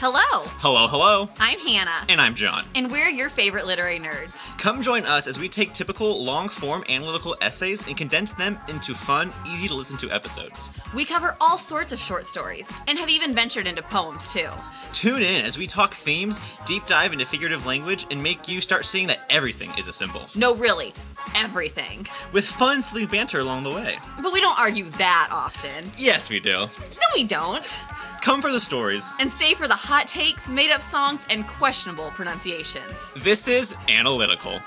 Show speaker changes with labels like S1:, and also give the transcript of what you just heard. S1: Hello,
S2: Hello, hello.
S1: I'm Hannah,
S2: And I'm John.
S1: and we're your favorite literary nerds.
S2: Come join us as we take typical long form analytical essays and condense them into fun, easy to listen to episodes.
S1: We cover all sorts of short stories and have even ventured into poems too.
S2: Tune in as we talk themes, deep dive into figurative language, and make you start seeing that everything is a symbol,
S1: No, really, everything.
S2: with fun, silly banter along the way.
S1: But we don't argue that often.
S2: Yes, we do.
S1: No, we don't.
S2: Come for the stories.
S1: And stay for the hot takes, made up songs, and questionable pronunciations.
S2: This is Analytical.